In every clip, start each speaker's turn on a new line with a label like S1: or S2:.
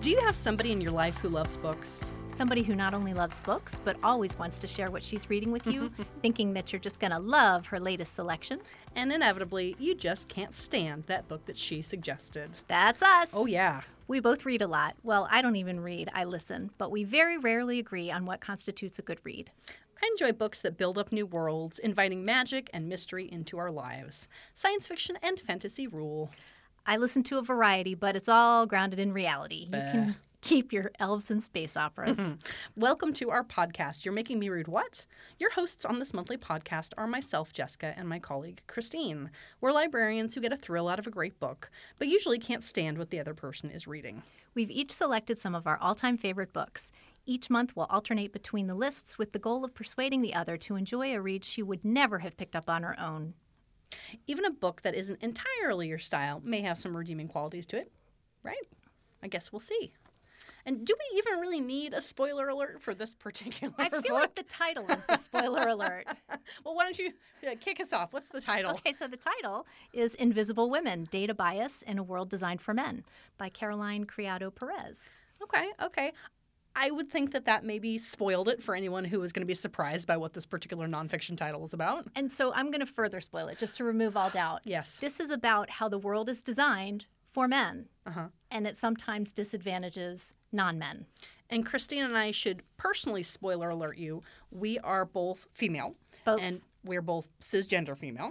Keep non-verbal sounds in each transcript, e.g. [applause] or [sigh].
S1: Do you have somebody in your life who loves books?
S2: Somebody who not only loves books, but always wants to share what she's reading
S1: [laughs]
S2: with you, thinking that you're just going to love her latest selection.
S1: And inevitably, you just can't stand that book that she suggested.
S2: That's us.
S1: Oh, yeah.
S2: We both read a lot. Well, I don't even read, I listen, but we very rarely agree on what constitutes a good read.
S1: I enjoy books that build up new worlds, inviting magic and mystery into our lives. Science fiction and fantasy rule.
S2: I listen to a variety, but it's all grounded in reality. You can [laughs] keep your elves and space operas.
S1: Mm-hmm. Welcome to our podcast. You're making me read what? Your hosts on this monthly podcast are myself, Jessica, and my colleague, Christine. We're librarians who get a thrill out of a great book, but usually can't stand what the other person is reading.
S2: We've each selected some of our all time favorite books. Each month, we'll alternate between the lists with the goal of persuading the other to enjoy a read she would never have picked up on her own.
S1: Even a book that isn't entirely your style may have some redeeming qualities to it, right? I guess we'll see. And do we even really need a spoiler alert for this [laughs] particular
S2: I feel
S1: book?
S2: like the title is the spoiler
S1: [laughs]
S2: alert.
S1: Well, why don't you uh, kick us off? What's the title?
S2: Okay, so the title is Invisible Women Data Bias in a World Designed for Men by Caroline Criado Perez.
S1: Okay, okay. I would think that that maybe spoiled it for anyone who was going to be surprised by what this particular nonfiction title was about.
S2: And so I'm going to further spoil it just to remove all doubt.
S1: Yes.
S2: This is about how the world is designed for men,
S1: Uh-huh.
S2: and it sometimes disadvantages non men.
S1: And Christine and I should personally spoiler alert you. We are both female.
S2: Both.
S1: And we're both cisgender female.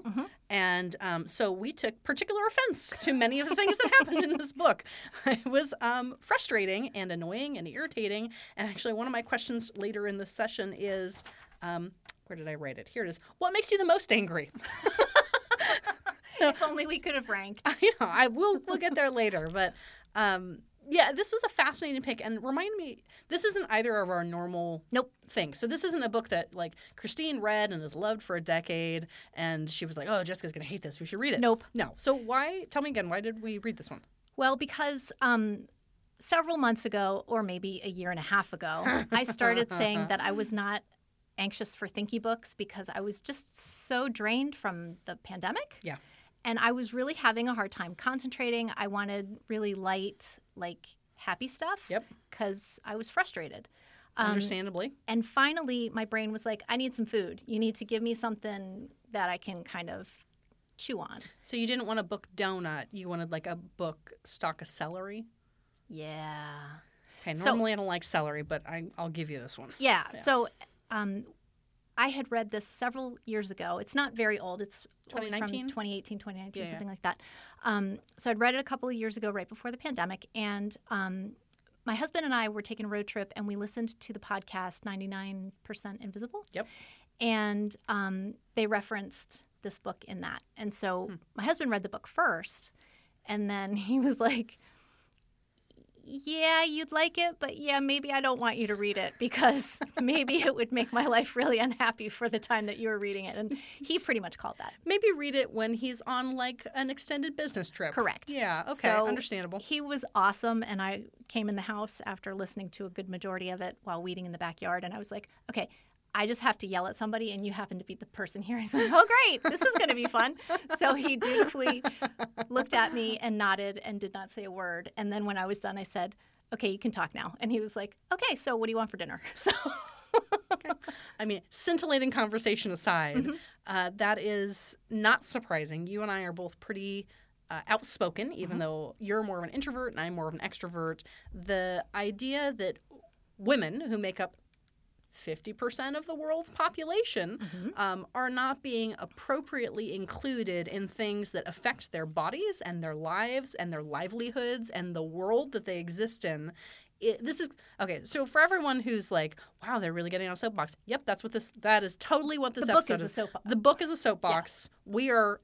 S1: And um, so we took particular offense to many of the things that happened in this book. [laughs] It was um, frustrating and annoying and irritating. And actually, one of my questions later in this session is um, where did I write it? Here it is. What makes you the most angry?
S2: [laughs] If only we could
S1: [laughs]
S2: have ranked.
S1: yeah, I will. We'll get there later, but um, yeah, this was a fascinating pick, and remind me, this isn't either of our normal
S2: Nope.
S1: thing. So this isn't a book that like Christine read and has loved for a decade, and she was like, "Oh, Jessica's gonna hate this. We should read it."
S2: Nope.
S1: No. So why? Tell me again. Why did we read this one?
S2: Well, because um, several months ago, or maybe a year and a half
S1: [laughs]
S2: ago, I started saying that I was not anxious for thinky books because I was just so drained from the pandemic.
S1: Yeah.
S2: And I was really having a hard time concentrating. I wanted really light, like happy stuff.
S1: Yep.
S2: Because I was frustrated. Um,
S1: Understandably.
S2: And finally, my brain was like, I need some food. You need to give me something that I can kind of chew on.
S1: So you didn't want a book donut. You wanted like a book stock of celery.
S2: Yeah.
S1: Okay.
S2: So-
S1: Normally I don't like celery, but I, I'll give you this one.
S2: Yeah. So um, I had read this several years ago. It's not very old. It's only from
S1: 2019?
S2: 2018, 2019,
S1: Yeah, yeah.
S2: something like that. Um, so I'd read it a couple of years ago, right before the pandemic. And um, my husband and I were taking a road trip and we listened to the podcast 99% Invisible.
S1: Yep.
S2: And um, they referenced this book in that. And so
S1: Hmm.
S2: my husband read the book first and then [laughs] he was like, yeah, you'd like it, but yeah, maybe I don't want you to read it
S1: [laughs]
S2: because maybe it would make my life really unhappy for the time that you were reading it. And he pretty much called that.
S1: Maybe read it when he's on like an extended business trip.
S2: Correct.
S1: Yeah. Okay.
S2: So-
S1: Understandable.
S2: He was awesome, and I came in the house after listening to a good majority of it while weeding in the backyard, and I was like, okay. I just have to yell at somebody, and you happen to be the person here. [laughs] I was like, "Oh, great! This is going to be fun." So he dutifully looked at me and nodded and did not say a word. And then when I was done, I said, "Okay, you can talk now." And he was like, "Okay, so what do you want for dinner?" [laughs] So
S1: I mean, scintillating conversation aside, uh, that is not surprising. You and I are both pretty uh, outspoken, even though you're more of an introvert and I'm more of an extrovert. The idea that women who make up 50% of the world's population um, are not being appropriately included in things that affect their bodies and their lives and their livelihoods and the world that they exist in. It, this is okay. So for everyone who's like, "Wow, they're really getting on a soapbox." Yep, that's what this. That is totally what this
S2: the book
S1: episode
S2: is a
S1: is.
S2: soap.
S1: The book is a soapbox. We are,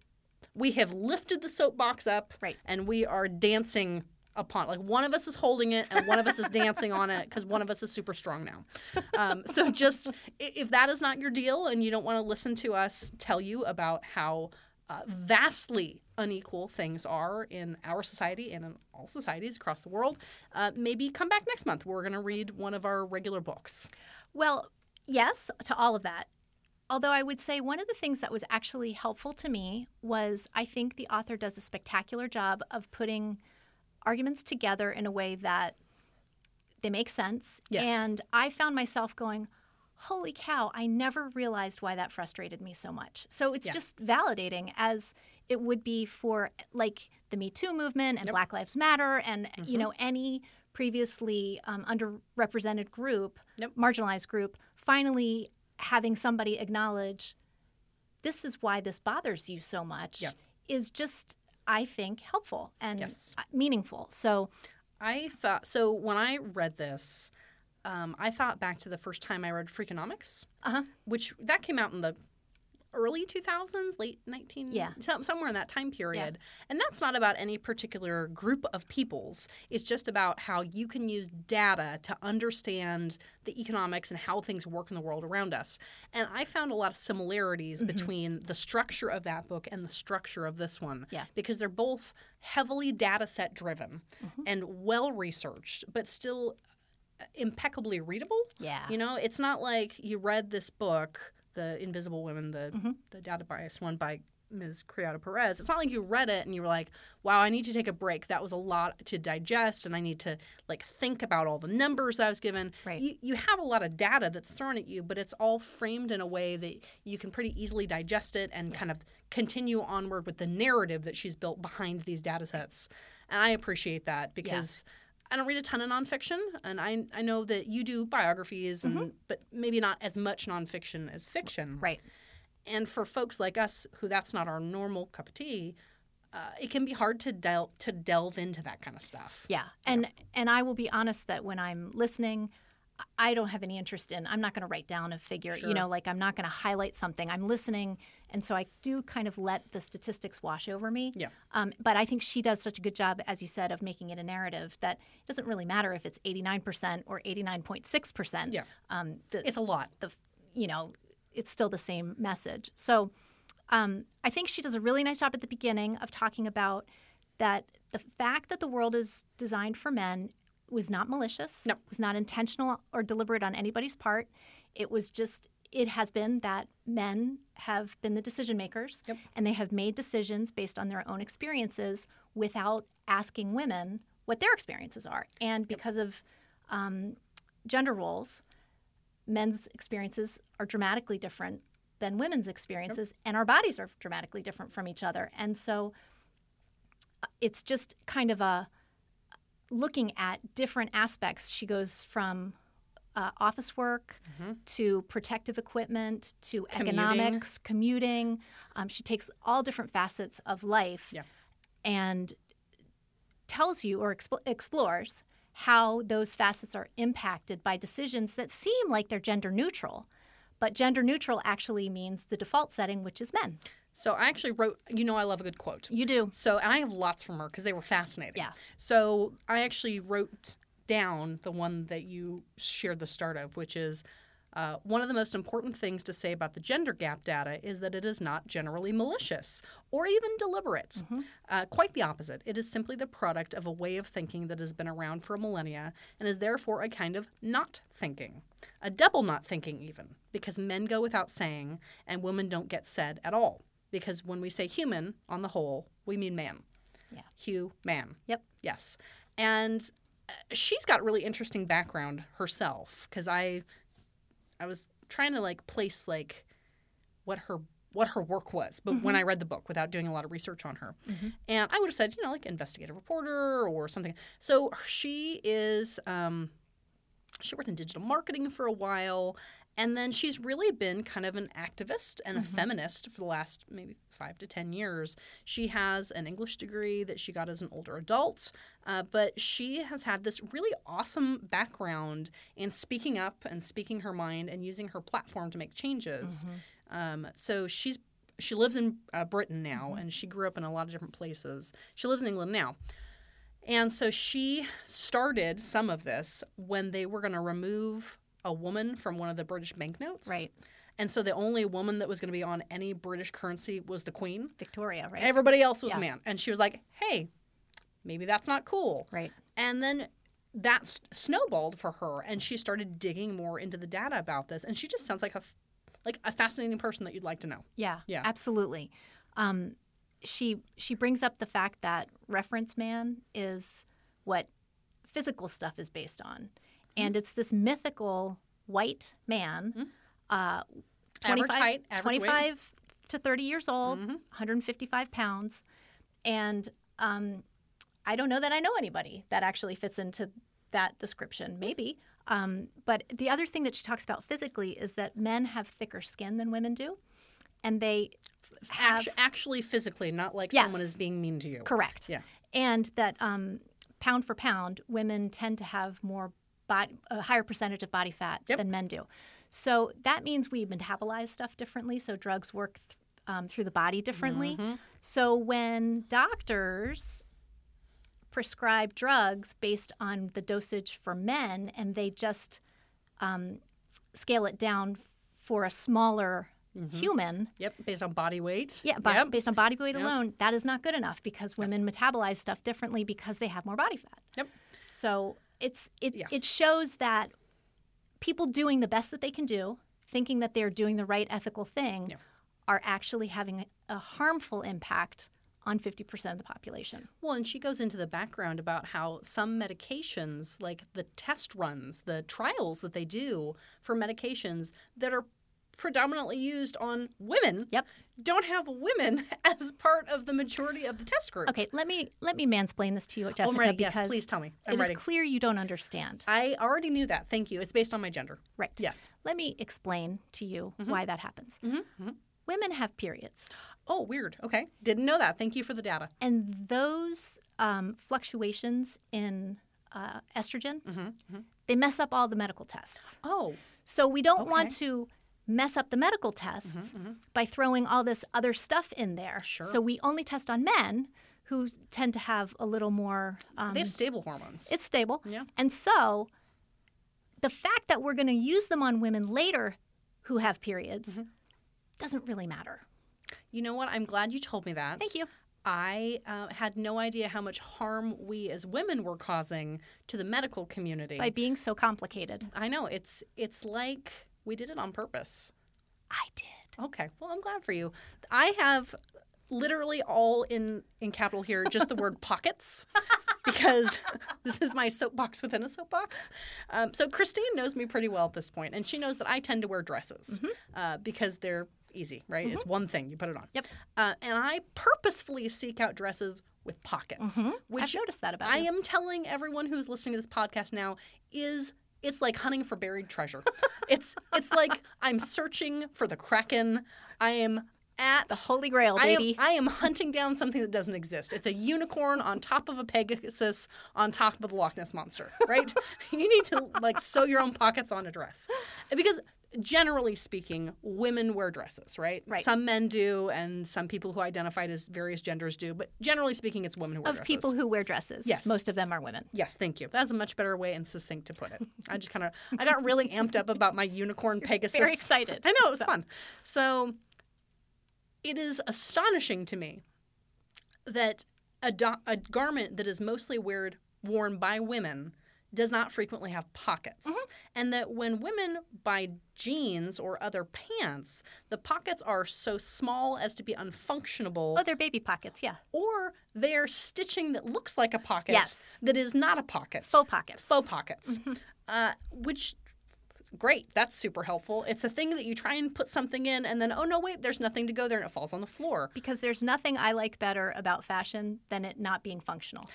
S1: we have lifted the soapbox up,
S2: Right.
S1: and we are dancing upon. Like one of us is holding it, and one of us is dancing on it because one of us is super strong now. Um, so just i- if that is not your deal, and you don't want to listen to us tell you about how. Uh, vastly unequal things are in our society and in all societies across the world. Uh, maybe come back next month. We're going to read one of our regular books.
S2: Well, yes, to all of that. Although I would say one of the things that was actually helpful to me was I think the author does a spectacular job of putting arguments together in a way that They make sense.
S1: Yes.
S2: And I found myself going, holy cow, I never realized why that frustrated me so much. So it's
S1: Yeah.
S2: just validating as it would be for like the Me Too movement and
S1: Yep.
S2: Black Lives Matter and,
S1: Mhm.
S2: you know, any previously um, underrepresented group,
S1: Yep.
S2: marginalized group, finally having somebody acknowledge this is why this bothers you so much
S1: Yep.
S2: is just, I think, helpful and
S1: Yes.
S2: uh, meaningful. So,
S1: I thought so when I read this, um, I thought back to the first time I read Freakonomics,
S2: Uh-huh.
S1: which that came out in the early 2000s, late 19,
S2: Yeah.
S1: some, somewhere in that time period. And that's not about any particular group of peoples. It's just about how you can use data to understand the economics and how things work in the world around us. And I found a lot of similarities
S2: Mhm.
S1: between the structure of that book and the structure of this one
S2: Yeah.
S1: because they're both heavily data set driven
S2: Mhm.
S1: and well researched, but still uh, impeccably readable.
S2: yeah.
S1: You know, it's not like you read this book, The Invisible Women, the
S2: Mhm.
S1: the data bias one by Ms. Criada Perez. It's not like you read it and you were like, "Wow, I need to take a break. That was a lot to digest, and I need to like think about all the numbers I was given."
S2: Right.
S1: You you have a lot of data that's thrown at you, but it's all framed in a way that you can pretty easily digest it and kind of continue onward with the narrative that she's built behind these data sets. And I appreciate that because I don't read a ton of nonfiction, and I I know that you do biographies, and but maybe not as much nonfiction as fiction.
S2: Mm-hmm. Right.
S1: And for folks like us who that's not our normal cup of tea, uh, it can be hard to delve to delve into that kind of stuff.
S2: Yeah. And and I will be honest that when I'm listening, I don't have any interest in I'm not going to write down a figure,
S1: Sure.
S2: you know, like I'm not going to highlight something. I'm listening and so I do kind of let the statistics wash over me.
S1: Yeah.
S2: Um, but I think she does such a good job as you said of making it a narrative that it doesn't really matter if it's 89% or 89.6%.
S1: Yeah.
S2: Um, the,
S1: It's a lot.
S2: the you know it's still the same message so um, i think she does a really nice job at the beginning of talking about that the fact that the world is designed for men was not malicious
S1: No.
S2: was not intentional or deliberate on anybody's part it was just it has been that men have been the decision makers
S1: Yep.
S2: and they have made decisions based on their own experiences without asking women what their experiences are and because of um, gender roles men's experiences are dramatically different than women's experiences, and our bodies are dramatically different from each other. And so uh, it's just kind of a looking at different aspects. She goes from uh, office work
S1: Mhm.
S2: to protective equipment to
S1: Commuting.
S2: economics, commuting. Um, she takes all different facets of life
S1: Yeah.
S2: and tells you or expl- explores how those facets are impacted by decisions that seem like they're gender neutral. But gender neutral actually means the default setting, which is men.
S1: So I actually wrote. You know, I love a good quote.
S2: You do.
S1: So, and I have lots from her because they were fascinating.
S2: Yeah.
S1: So, I actually wrote down the one that you shared the start of, which is uh, one of the most important things to say about the gender gap data is that it is not generally malicious or even deliberate.
S2: Mhm.
S1: Uh, quite the opposite. It is simply the product of a way of thinking that has been around for millennia and is therefore a kind of not thinking, a double not thinking, even, because men go without saying and women don't get said at all. Because when we say human, on the whole, we mean man.
S2: Yeah.
S1: Hugh Man.
S2: Yep.
S1: Yes. And uh, she's got really interesting background herself because I, I was trying to like place like what her what her work was, but
S2: Mm-hmm.
S1: when I read the book without doing a lot of research on her,
S2: Mhm.
S1: and I would have said you know like investigative reporter or something. So she is um, she worked in digital marketing for a while. And then she's really been kind of an activist and a
S2: Mhm.
S1: feminist for the last maybe five to 10 years. She has an English degree that she got as an older adult, uh, but she has had this really awesome background in speaking up and speaking her mind and using her platform to make changes. Um, so she's she lives in uh, Britain now, and she grew up in a lot of different places. She lives in England now. And so she started some of this when they were going to remove a woman from one of the British banknotes.
S2: Right.
S1: And so the only woman that was going to be on any British currency was the Queen.
S2: Victoria, right?
S1: Everybody else was
S2: Yeah.
S1: a man. And she was like, hey, maybe that's not cool.
S2: right.
S1: And then that s- snowballed for her, and she started digging more into the data about this. And she just sounds like a, f- like a fascinating person that you'd like to know.
S2: Yeah.
S1: Yeah.
S2: Absolutely. Um, she she brings up the fact that reference man is what physical stuff is based on,
S1: Mm-hmm.
S2: and it's this mythical white man,
S1: Mhm.
S2: uh,
S1: Average
S2: 25
S1: height, average weight.
S2: 25 to 30 years old,
S1: Mhm.
S2: 155 pounds. And um, I don't know that I know anybody that actually fits into that description, maybe. Um, but the other thing that she talks about physically is that men have thicker skin than women do. And they have.
S1: Actu- actually physically, not like
S2: Yes.
S1: someone is being mean to you.
S2: Correct.
S1: Yeah.
S2: And that um, pound for pound, women tend to have more body, a higher percentage of body fat
S1: Yep.
S2: than men do. So that means we metabolize stuff differently. So drugs work th- um, through the body differently.
S1: Mhm.
S2: So when doctors prescribe drugs based on the dosage for men and they just um, scale it down for a smaller
S1: Mhm.
S2: human,
S1: Yep, based on body weight.
S2: yeah, bas-
S1: Yep.
S2: based on body weight
S1: Yep.
S2: alone, that is not good enough because women metabolize stuff differently because they have more body fat.
S1: Yep.
S2: So it's it
S1: Yeah.
S2: it shows that people doing the best that they can do, thinking that they're doing the right ethical thing,
S1: Yeah.
S2: are actually having a, a harmful impact on 50% of the population.
S1: Well, and she goes into the background about how some medications, like the test runs, the trials that they do for medications that are predominantly used on women,
S2: Yep.
S1: don't have women [laughs] as part of the majority of the test group.
S2: Okay, let me let me mansplain this to you, Jessica,
S1: I'm ready.
S2: because
S1: Yes, please tell me.
S2: it
S1: I'm
S2: is
S1: ready.
S2: clear you don't understand.
S1: I already knew that. Thank you. It's based on my gender.
S2: Right.
S1: Yes.
S2: Let me explain to you why that happens.
S1: Mm-hmm.
S2: Women have periods.
S1: Oh, weird. Okay. Didn't know that. Thank you for the data.
S2: And those um, fluctuations in uh, estrogen,
S1: Mm-hmm.
S2: they mess up all the medical tests.
S1: Oh.
S2: So we don't want to mess up the medical tests by throwing all this other stuff in there.
S1: Sure.
S2: So we only test on men who s- tend to have a little more. Um,
S1: They have stable hormones.
S2: it's stable.
S1: Yeah.
S2: And so the fact that we're going to use them on women later who have periods doesn't really matter.
S1: You know what? I'm glad you told me that.
S2: Thank you.
S1: I uh, had no idea how much harm we as women were causing to the medical community.
S2: By being so complicated,
S1: I know it's it's like we did it on purpose.
S2: I did.
S1: Okay, well I'm glad for you. I have literally all in in capital here just the word pockets because [laughs] this is my soapbox within a soapbox. Um, so Christine knows me pretty well at this point, and she knows that I tend to wear dresses uh, because they're easy, right? It's one thing you put it on.
S2: Yep.
S1: Uh, and I purposefully seek out dresses with pockets,
S2: Mhm. I've
S1: which
S2: noticed that about
S1: I
S2: you.
S1: am telling everyone who's listening to this podcast now is it's like hunting for buried
S2: [laughs]
S1: treasure. it's it's like I'm searching for the kraken. I am at
S2: The Holy Grail,
S1: I am,
S2: baby.
S1: I am hunting down something that doesn't exist. It's a unicorn on top of a Pegasus on top of the Loch Ness monster,
S2: [laughs]
S1: right? you need to like sew your own pockets on a dress. Because generally speaking, women wear dresses, right?
S2: Right.
S1: Some men do and some people who identified as various genders do, but generally speaking it's women who wear
S2: of
S1: dresses.
S2: people who wear dresses.
S1: Yes.
S2: Most of them are women.
S1: Yes, thank you. That's a much better way and succinct to put it. I just kind of I got really amped up about my
S2: [laughs]
S1: unicorn Pegasus.
S2: Very excited.
S1: I know it was fun. So it is astonishing to me that a, do- a garment that is mostly weared worn by women does not frequently have pockets
S2: Mm-hmm.
S1: and that when women buy jeans or other pants the pockets are so small as to be unfunctionable
S2: [laughs] Oh, they're baby pockets, yeah.
S1: or they're stitching that looks like a pocket
S2: Yes.
S1: that is not a pocket.
S2: Faux pockets.
S1: Faux pockets.
S2: Mm-hmm.
S1: Uh, which, great, that's super helpful. It's a thing that you try and put something in, and then, oh no, wait, there's nothing to go there, and it falls on the floor.
S2: Because there's nothing I like better about fashion than it not being functional.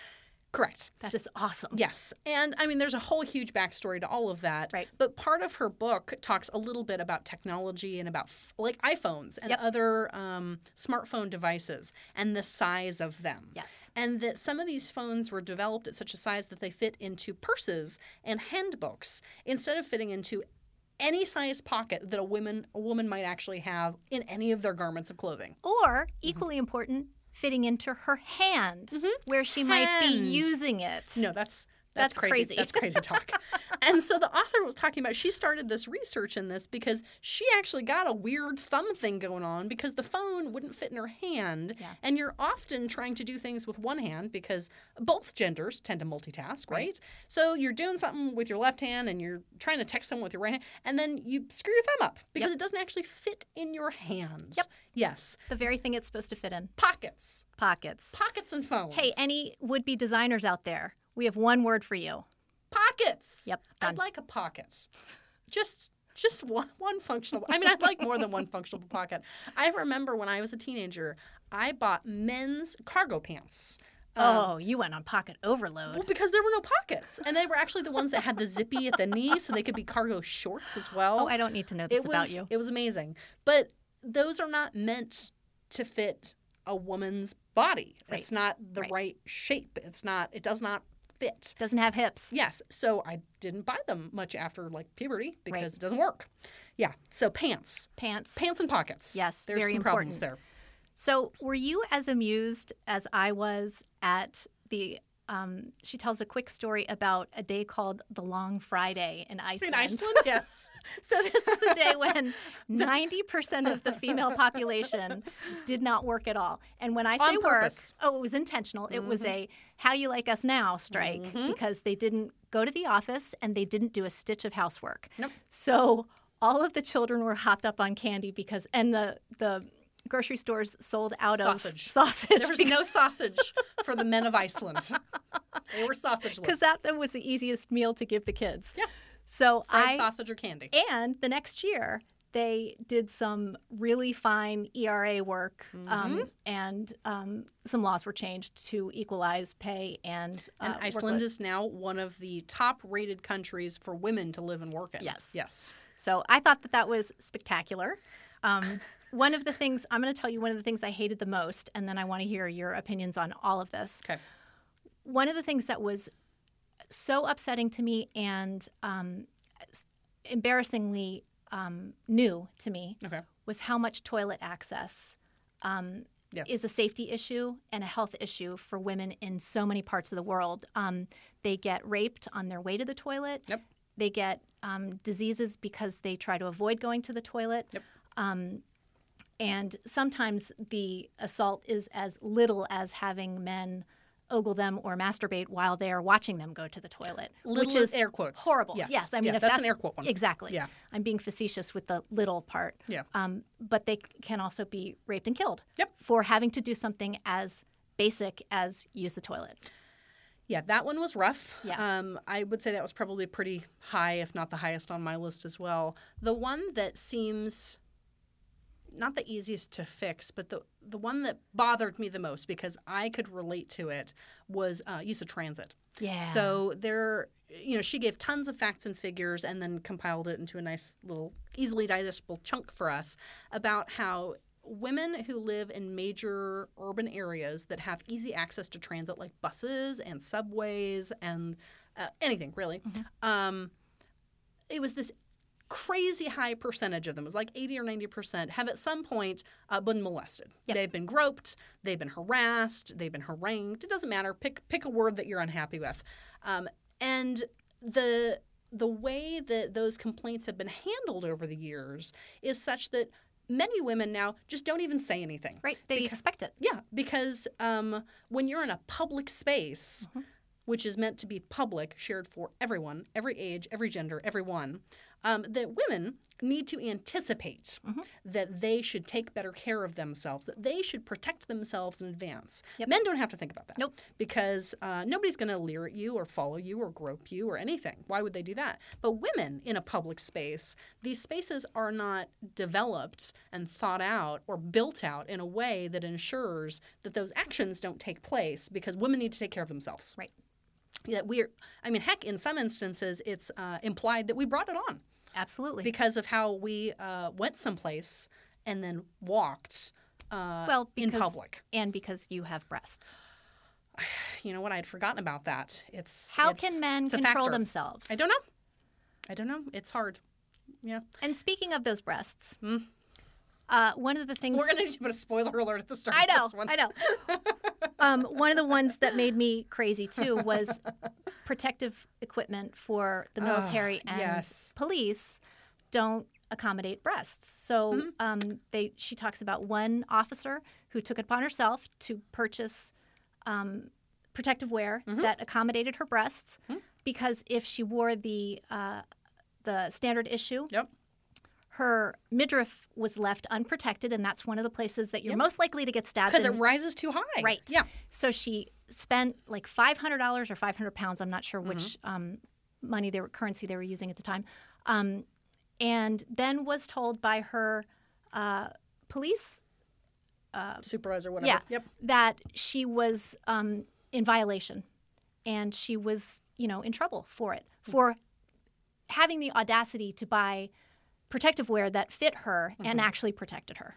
S1: Correct.
S2: That is awesome.
S1: Yes. And I mean, there's a whole huge backstory to all of that.
S2: Right.
S1: But part of her book talks a little bit about technology and about f- like iPhones and
S2: Yep.
S1: other um, smartphone devices and the size of them.
S2: Yes.
S1: and that some of these phones were developed at such a size that they fit into purses and handbooks instead of fitting into any size pocket that a woman a woman might actually have in any of their garments of clothing.
S2: Or, equally important, fitting into her hand where she might be
S1: Hand.
S2: using it.
S1: No, that's that's,
S2: That's
S1: crazy.
S2: crazy.
S1: That's crazy
S2: [laughs]
S1: talk. and so the author was talking about she started this research in this because she actually got a weird thumb thing going on because the phone wouldn't fit in her hand.
S2: Yeah.
S1: And you're often trying to do things with one hand because both genders tend to multitask, right? So you're doing something with your left hand and you're trying to text someone with your right hand and then you screw your thumb up because it doesn't actually fit in your hands.
S2: Yep.
S1: Yes.
S2: The very thing it's supposed to fit in
S1: Pockets.
S2: pockets.
S1: Pockets and phones.
S2: Hey, any would be designers out there, we have one word for you
S1: pockets.
S2: Yep, done.
S1: I'd like a pockets. Just just one, one functional. I mean, I'd like more than one functional pocket. I remember when I was a teenager, I bought men's cargo pants. Um,
S2: oh, you went on pocket overload.
S1: well, because there were no pockets, and they were actually the ones that had the zippy at the knee, so they could be cargo shorts as well.
S2: Oh, I don't need to know this
S1: it was,
S2: about you.
S1: It was amazing, but those are not meant to fit a woman's body. It's
S2: Right.
S1: not the
S2: Right.
S1: right. shape. It's not. It does not fit.
S2: Doesn't have hips.
S1: Yes, so I didn't buy them much after like puberty because
S2: Right.
S1: it doesn't work. Yeah, so pants,
S2: Pants.
S1: pants and pockets.
S2: Yes,
S1: there's
S2: very
S1: some problems there.
S2: So, were you as amused as I was at the? Um, she tells a quick story about a day called the Long Friday in Iceland.
S1: In [laughs] Iceland, yes,
S2: So this was
S1: [laughs]
S2: a day when ninety percent of the female population did not work at all. And when I
S1: On
S2: say work,
S1: purpose.
S2: oh, it was intentional. It was
S1: Mhm.
S2: a "How you like us now" strike
S1: Mhm.
S2: because they didn't go to the office and they didn't do a stitch of housework.
S1: Nope.
S2: So all of the children were hopped up on candy because, and the the grocery stores sold out
S1: Sausage.
S2: of sausage
S1: [laughs] there was
S2: because [laughs]
S1: no sausage for the men of Iceland. [laughs] They were
S2: [laughs]
S1: sausageless.
S2: that, that was the easiest meal to give the kids.
S1: Yeah.
S2: So
S1: fried
S2: I
S1: sausage or candy.
S2: And the next year, they did some really fine ERA work,
S1: Mm-hmm.
S2: um, and um, some laws were changed to equalize pay and,
S1: And
S2: uh,
S1: Iceland
S2: workload.
S1: is now one of the top rated countries for women to live and work in.
S2: Yes.
S1: Yes.
S2: So I thought that that was spectacular.
S1: [laughs]
S2: Um, one of the things I'm going to tell you, one of the things I hated the most, and then I want to hear your opinions on all of this.
S1: Okay.
S2: one of the things that was so upsetting to me and um, s- embarrassingly um, new to me
S1: Okay.
S2: was how much toilet access um,
S1: Yeah.
S2: is a safety issue and a health issue for women in so many parts of the world. Um, they get raped on their way to the toilet.
S1: Yep.
S2: They get um, diseases because they try to avoid going to the toilet.
S1: Yep.
S2: Um, and sometimes the assault is as little as having men ogle them or masturbate while they are watching them go to the toilet,
S1: Little
S2: which is
S1: air quotes.
S2: horrible.
S1: Yes.
S2: I mean,
S1: Yeah,
S2: if
S1: that's
S2: that's,
S1: an air quote one.
S2: exactly.
S1: Yeah.
S2: I'm being facetious with the little part.
S1: Yeah.
S2: Um, but they c- can also be raped and killed.
S1: Yep.
S2: For having to do something as basic as use the toilet.
S1: Yeah, that one was rough.
S2: Yeah.
S1: Um, I would say that was probably pretty high, if not the highest on my list as well. The one that seems not the easiest to fix, but the the one that bothered me the most because I could relate to it was uh, use of transit.
S2: Yeah.
S1: So there, you know, she gave tons of facts and figures and then compiled it into a nice little, easily digestible chunk for us about how women who live in major urban areas that have easy access to transit, like buses and subways and uh, anything really, um, it was this crazy high percentage of them it was like 80 or 90 percent have at some point uh, been molested
S2: Yep.
S1: they've been groped they've been harassed they've been harangued it doesn't matter pick pick a word that you're unhappy with um, and the the way that those complaints have been handled over the years is such that many women now just don't even say anything
S2: right, they
S1: Because-
S2: expect it.
S1: yeah, because um, when you're in a public space,
S2: Mhm.
S1: which is meant to be public, shared for everyone, every age, every gender, everyone, um, that women need to anticipate
S2: Mhm.
S1: that they should take better care of themselves, that they should protect themselves in advance.
S2: Yep.
S1: Men don't have to think about that.
S2: Nope.
S1: Because uh, nobody's going to leer at you or follow you or grope you or anything. Why would they do that? But women in a public space, these spaces are not developed and thought out or built out in a way that ensures that those actions don't take place because women need to take care of themselves.
S2: Right.
S1: That we're, I mean, heck, in some instances, it's uh, implied that we brought it on
S2: Absolutely.
S1: because of how we uh, went someplace and then walked uh,
S2: well,
S1: in
S2: because,
S1: public.
S2: and because you have breasts.
S1: You know what? I'd forgotten about that. It's
S2: How
S1: it's-
S2: can men
S1: it's a
S2: control
S1: factor.
S2: themselves?
S1: I don't know. I don't know. It's hard. Yeah.
S2: And speaking of those breasts,
S1: Hmm.
S2: uh, one of the things
S1: We're gonna [laughs] need to put a spoiler alert at the start.
S2: I
S1: of
S2: know,
S1: This one. [laughs]
S2: I know. Um, one of the ones that made me crazy too was protective equipment for the
S1: Ah,
S2: military and
S1: yes.
S2: police don't accommodate breasts. So
S1: Mm-hmm.
S2: um, they, she talks about one officer who took it upon herself to purchase um, protective wear
S1: Mhm.
S2: that accommodated her breasts
S1: Mhm.
S2: because if she wore the uh, the standard issue,
S1: Yep.
S2: her midriff was left unprotected, and that's one of the places that you're
S1: Yep.
S2: most likely to get stabbed.
S1: Because it
S2: in.
S1: rises too high.
S2: Right.
S1: Yeah. Mm-hmm.
S2: so she spent like five hundred dollars or five hundred pounds. I'm not sure which um, money they were currency they were using at the time, um, and then was told by her uh, police uh,
S1: supervisor, whatever.
S2: Yeah.
S1: Yep.
S2: that she was um, in violation and she was, you know, in trouble for it, for having the audacity to buy protective wear that fit her and actually protected her.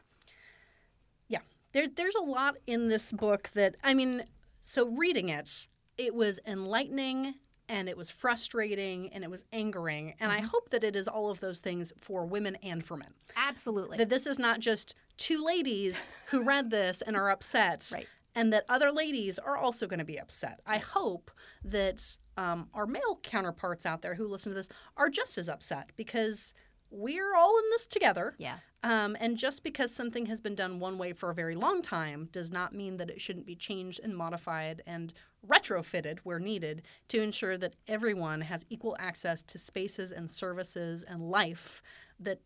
S1: Yeah. There, there's a lot in this book that, I mean, so reading it, it was enlightening and it was frustrating and it was angering. And
S2: Mm-hmm.
S1: I hope that it is all of those things for women and for men.
S2: Absolutely.
S1: That this is not just two ladies
S2: [laughs]
S1: who read this and are upset.
S2: Right.
S1: And that other ladies are also going to be upset. I hope that um, our male counterparts out there who listen to this are just as upset because we're all in this together.
S2: yeah.
S1: Um, and just because something has been done one way for a very long time does not mean that it shouldn't be changed and modified and retrofitted where needed to ensure that everyone has equal access to spaces and services and life that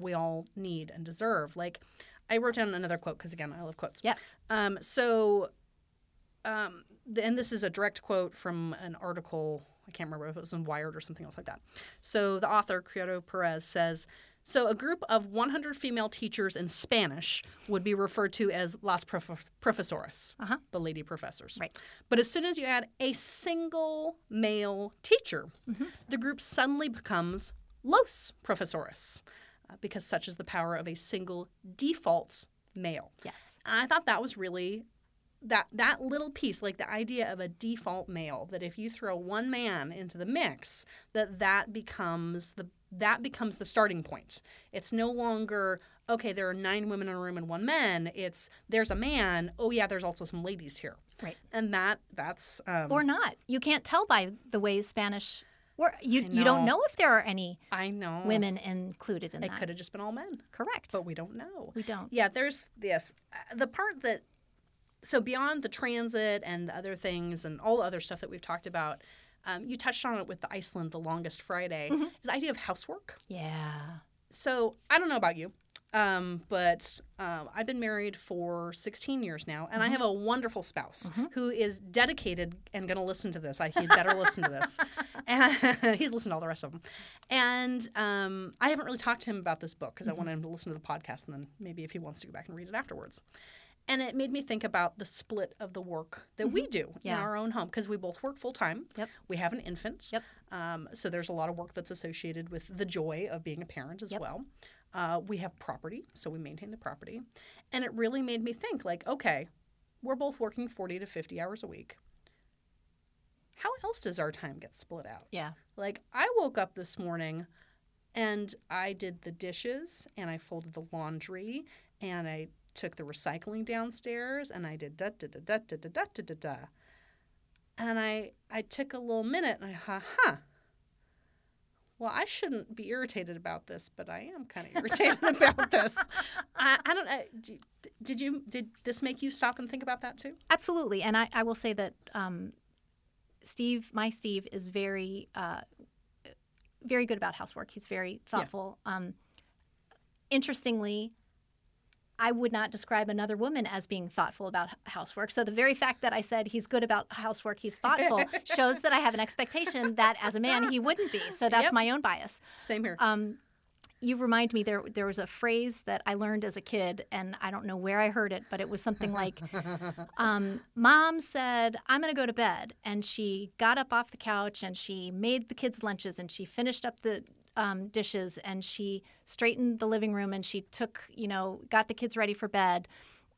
S1: we all need and deserve. Like, I wrote down another quote because, again, I love quotes.
S2: Yes.
S1: Um, so, um, th- and this is a direct quote from an article. I can't remember if it was in Wired or something else like that. So the author, Criado Perez, says So a group of 100 female teachers in Spanish would be referred to as las prof- profesoras,
S2: Uh-huh.
S1: the lady professors.
S2: Right.
S1: But as soon as you add a single male teacher,
S2: Mm-hmm.
S1: the group suddenly becomes los profesoras, uh, because such is the power of a single default male.
S2: Yes.
S1: And I thought that was really that that little piece, like the idea of a default male, that if you throw one man into the mix, that that becomes the that becomes the starting point. It's no longer okay. There are nine women in a room and one man. It's there's a man. Oh yeah, there's also some ladies here,
S2: Right.
S1: and that that's um,
S2: Or not. You can't tell by the way Spanish were. You,
S1: I
S2: you don't
S1: know.
S2: know if there are any
S1: I know
S2: women included in
S1: It
S2: that.
S1: could have just been all men,
S2: Correct.
S1: but we don't know.
S2: we don't.
S1: Yeah, there's yes. Uh, The part that so beyond the transit and the other things and all the other stuff that we've talked about, um, you touched on it with the Iceland, the longest Friday, is the idea of housework.
S2: Yeah.
S1: So I don't know about you, um, but um, I've been married for 16 years now, and I have a wonderful spouse who is dedicated and going to listen to this. I he'd better listen to this. And [laughs] he's listened to all the rest of them, and um, I haven't really talked to him about this book because I wanted him to listen to the podcast, and then maybe if he wants to go back and read it afterwards. And it made me think about the split of the work that we do
S2: Mm-hmm. Yeah.
S1: in our own home because we both work full time.
S2: Yep.
S1: We have an infant.
S2: Yep.
S1: Um, so there's a lot of work that's associated with the joy of being a parent as
S2: Yep.
S1: well. Uh, we have property, so we maintain the property. And it really made me think like, okay, we're both working 40 to 50 hours a week. How else does our time get split out?
S2: Yeah.
S1: Like, I woke up this morning and I did the dishes and I folded the laundry and I took the recycling downstairs and I did da da da da da da da da da da. And I, I took a little minute and I, ha ha. Well, I shouldn't be irritated about this, but I am kind of irritated about this. I, I don't. I, d- did you? Did this make you stop and think about that too?
S2: Absolutely, and I, I will say that um, Steve, my Steve, is very, uh, very good about housework. He's very thoughtful. Um, interestingly, I would not describe another woman as being thoughtful about h- housework. So the very fact that I said he's good about housework, he's thoughtful, shows that I have an expectation that as a man he wouldn't be. So that's
S1: Yep.
S2: my own bias.
S1: Same here.
S2: Um, you remind me there there was a phrase that I learned as a kid, and I don't know where I heard it, but it was something like,
S1: [laughs]
S2: um, "Mom said I'm going to go to bed," and she got up off the couch and she made the kids lunches and she finished up the um, dishes and she straightened the living room and she took you know got the kids ready for bed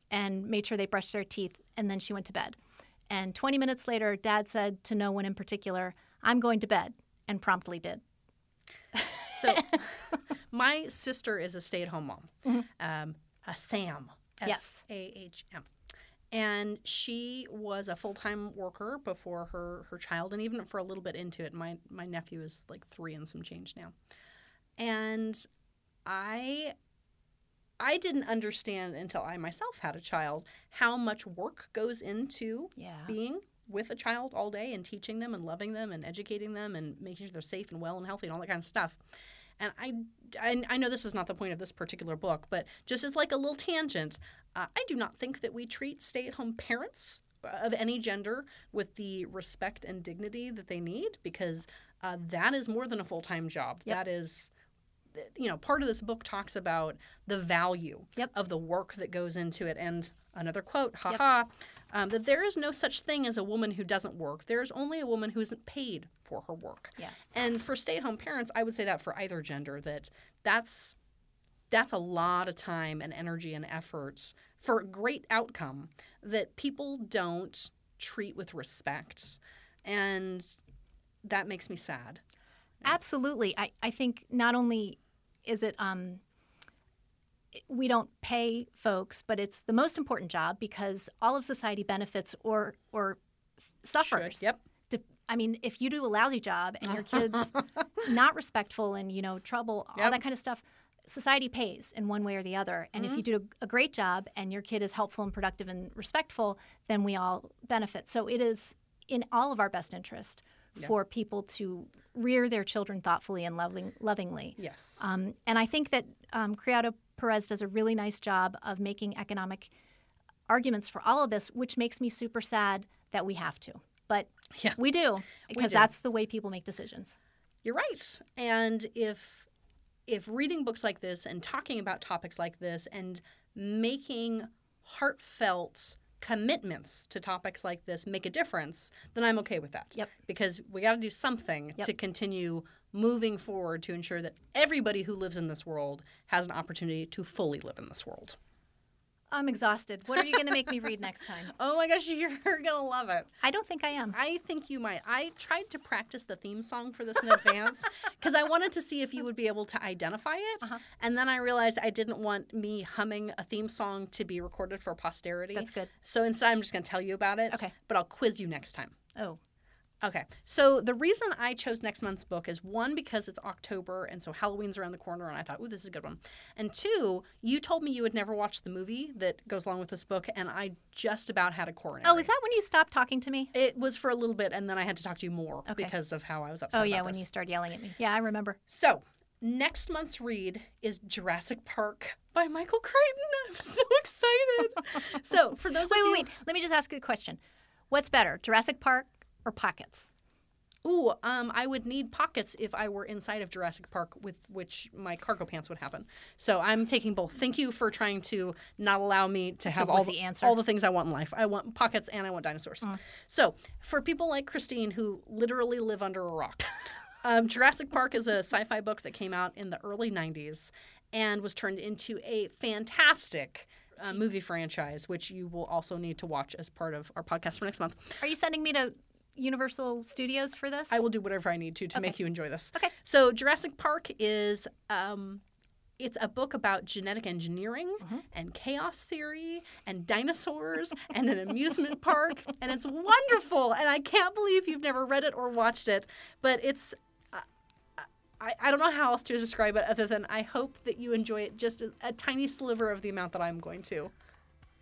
S2: and made sure they brushed their teeth and then she went to bed. And 20 minutes later, Dad said to no one in particular, "I'm going to bed," and promptly did.
S1: So, my sister is a stay at home mom, um, a SAM,
S2: Yes.
S1: S A H M. And she was a full time worker before her, her child, and even for a little bit into it. My, my nephew is like three and some change now. And I. I didn't understand until I myself had a child how much work goes into
S2: Yeah.
S1: being with a child all day and teaching them and loving them and educating them and making sure they're safe and well and healthy and all that kind of stuff. And I, I, I know this is not the point of this particular book, but just as like a little tangent, uh, I do not think that we treat stay at home parents of any gender with the respect and dignity that they need because uh, that is more than a full time job.
S2: Yep.
S1: That is, you know, part of this book talks about the value
S2: Yep.
S1: of the work that goes into it. And another quote, haha, um, that there is no such thing as a woman who doesn't work. There is only a woman who isn't paid for her work.
S2: Yeah.
S1: And for stay at home parents, I would say that for either gender, that that's that's a lot of time and energy and efforts for a great outcome that people don't treat with respect. And that makes me sad.
S2: Absolutely. I, I think not only is it um, we don't pay folks, but it's the most important job because all of society benefits or or suffers.
S1: Yep.
S2: De- I mean, if you do a lousy job and
S1: [laughs]
S2: your kids not respectful and you know trouble, all
S1: Yep.
S2: that kind of stuff, society pays in one way or the other. And if you
S1: Mm-hmm.
S2: do a great job and your kid is helpful and productive and respectful, then we all benefit. So it is in all of our best interest
S1: Yeah.
S2: for people to rear their children thoughtfully and loving, lovingly.
S1: Yes.
S2: Um, and I think that um, Criado Perez does a really nice job of making economic arguments for all of this, which makes me super sad that we have to. But
S1: Yeah.
S2: we do, because
S1: do.
S2: that's the way people make decisions.
S1: You're right. And if if reading books like this and talking about topics like this and making heartfelt commitments to topics like this make a difference, then I'm okay with that.
S2: Yep.
S1: Because we got to do something
S2: Yep.
S1: to continue moving forward to ensure that everybody who lives in this world has an opportunity to fully live in this world.
S2: I'm exhausted. What are you going to make me read next time?
S1: Oh my gosh, [laughs] you're going to love it.
S2: [laughs] I don't think I am.
S1: I think you might. I tried to practice the theme song for this in
S2: [laughs]
S1: advance because I wanted to see if you would be able to identify it.
S2: Uh-huh.
S1: And then I realized I didn't want me humming a theme song to be recorded for posterity.
S2: That's good.
S1: So instead, I'm just going to tell you about it.
S2: Okay.
S1: But I'll quiz you next time.
S2: Oh,
S1: Okay. So the reason I chose next month's book is one because it's October and so Halloween's around the corner and I thought, "Ooh, this is a good one." And two, you told me you had never watched the movie that goes along with this book and I just about had a coronary.
S2: oh, is that when you stopped talking to me?
S1: It was for a little bit, and then I had to talk to you more
S2: Okay.
S1: because of how I was upset.
S2: Oh yeah,
S1: about
S2: when
S1: this.
S2: you started yelling at me. Yeah, I remember.
S1: So next month's read is Jurassic Park by Michael Crichton. [laughs] I'm so
S2: [laughs]
S1: excited. so for those
S2: Wait,
S1: of
S2: wait,
S1: you,
S2: wait. Let me just ask you a question. What's better, Jurassic Park or Pockets?
S1: ooh, um, I would need pockets if I were inside of Jurassic Park, with which my cargo pants would happen. So I'm taking both. Thank you for trying to not allow me to
S2: a
S1: have all
S2: wussy
S1: the,
S2: answer. Mm.
S1: all the things I want in life. I want pockets and I want dinosaurs. So for people like Christine who literally live under a rock. Um, Jurassic Park is a sci fi book that came out in the early 90s and was turned into a fantastic uh, movie franchise, which you will also need to watch as part of our podcast for next month.
S2: Are you sending me to Universal Studios for this?
S1: I will do whatever I need to to make you enjoy this.
S2: Okay.
S1: So Jurassic Park is um, it's a book about genetic engineering
S2: Mm-hmm.
S1: and chaos theory and dinosaurs [laughs] and an amusement park and it's wonderful and I can't believe you've never read it or watched it, but it's uh, I, I don't know how else to describe it other than I hope that you enjoy it just a, a tiny sliver of the amount that I'm going to.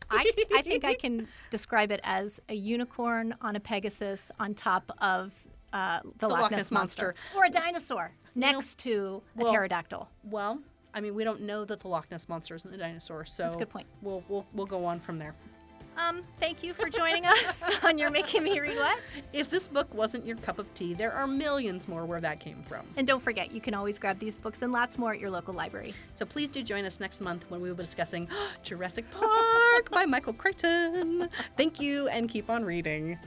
S2: [laughs] I, I think I can describe it as a unicorn on a Pegasus on top of uh, the, Loch, Ness monster. or a dinosaur next to a
S1: well-
S2: pterodactyl.
S1: Well, I mean, we don't know that the Loch Ness monster isn't the dinosaur, so
S2: a good point.
S1: We'll, we'll we'll go on from there.
S2: Um, thank you for [laughs] joining us on your Making Me Read What.
S1: If this book wasn't your cup of tea, there are millions more where that came from.
S2: And don't forget, you can always grab these books and lots more at your local library.
S1: So please do join us next month when we will be discussing [gasps] Jurassic Park by Michael Crichton. Thank you and keep on reading.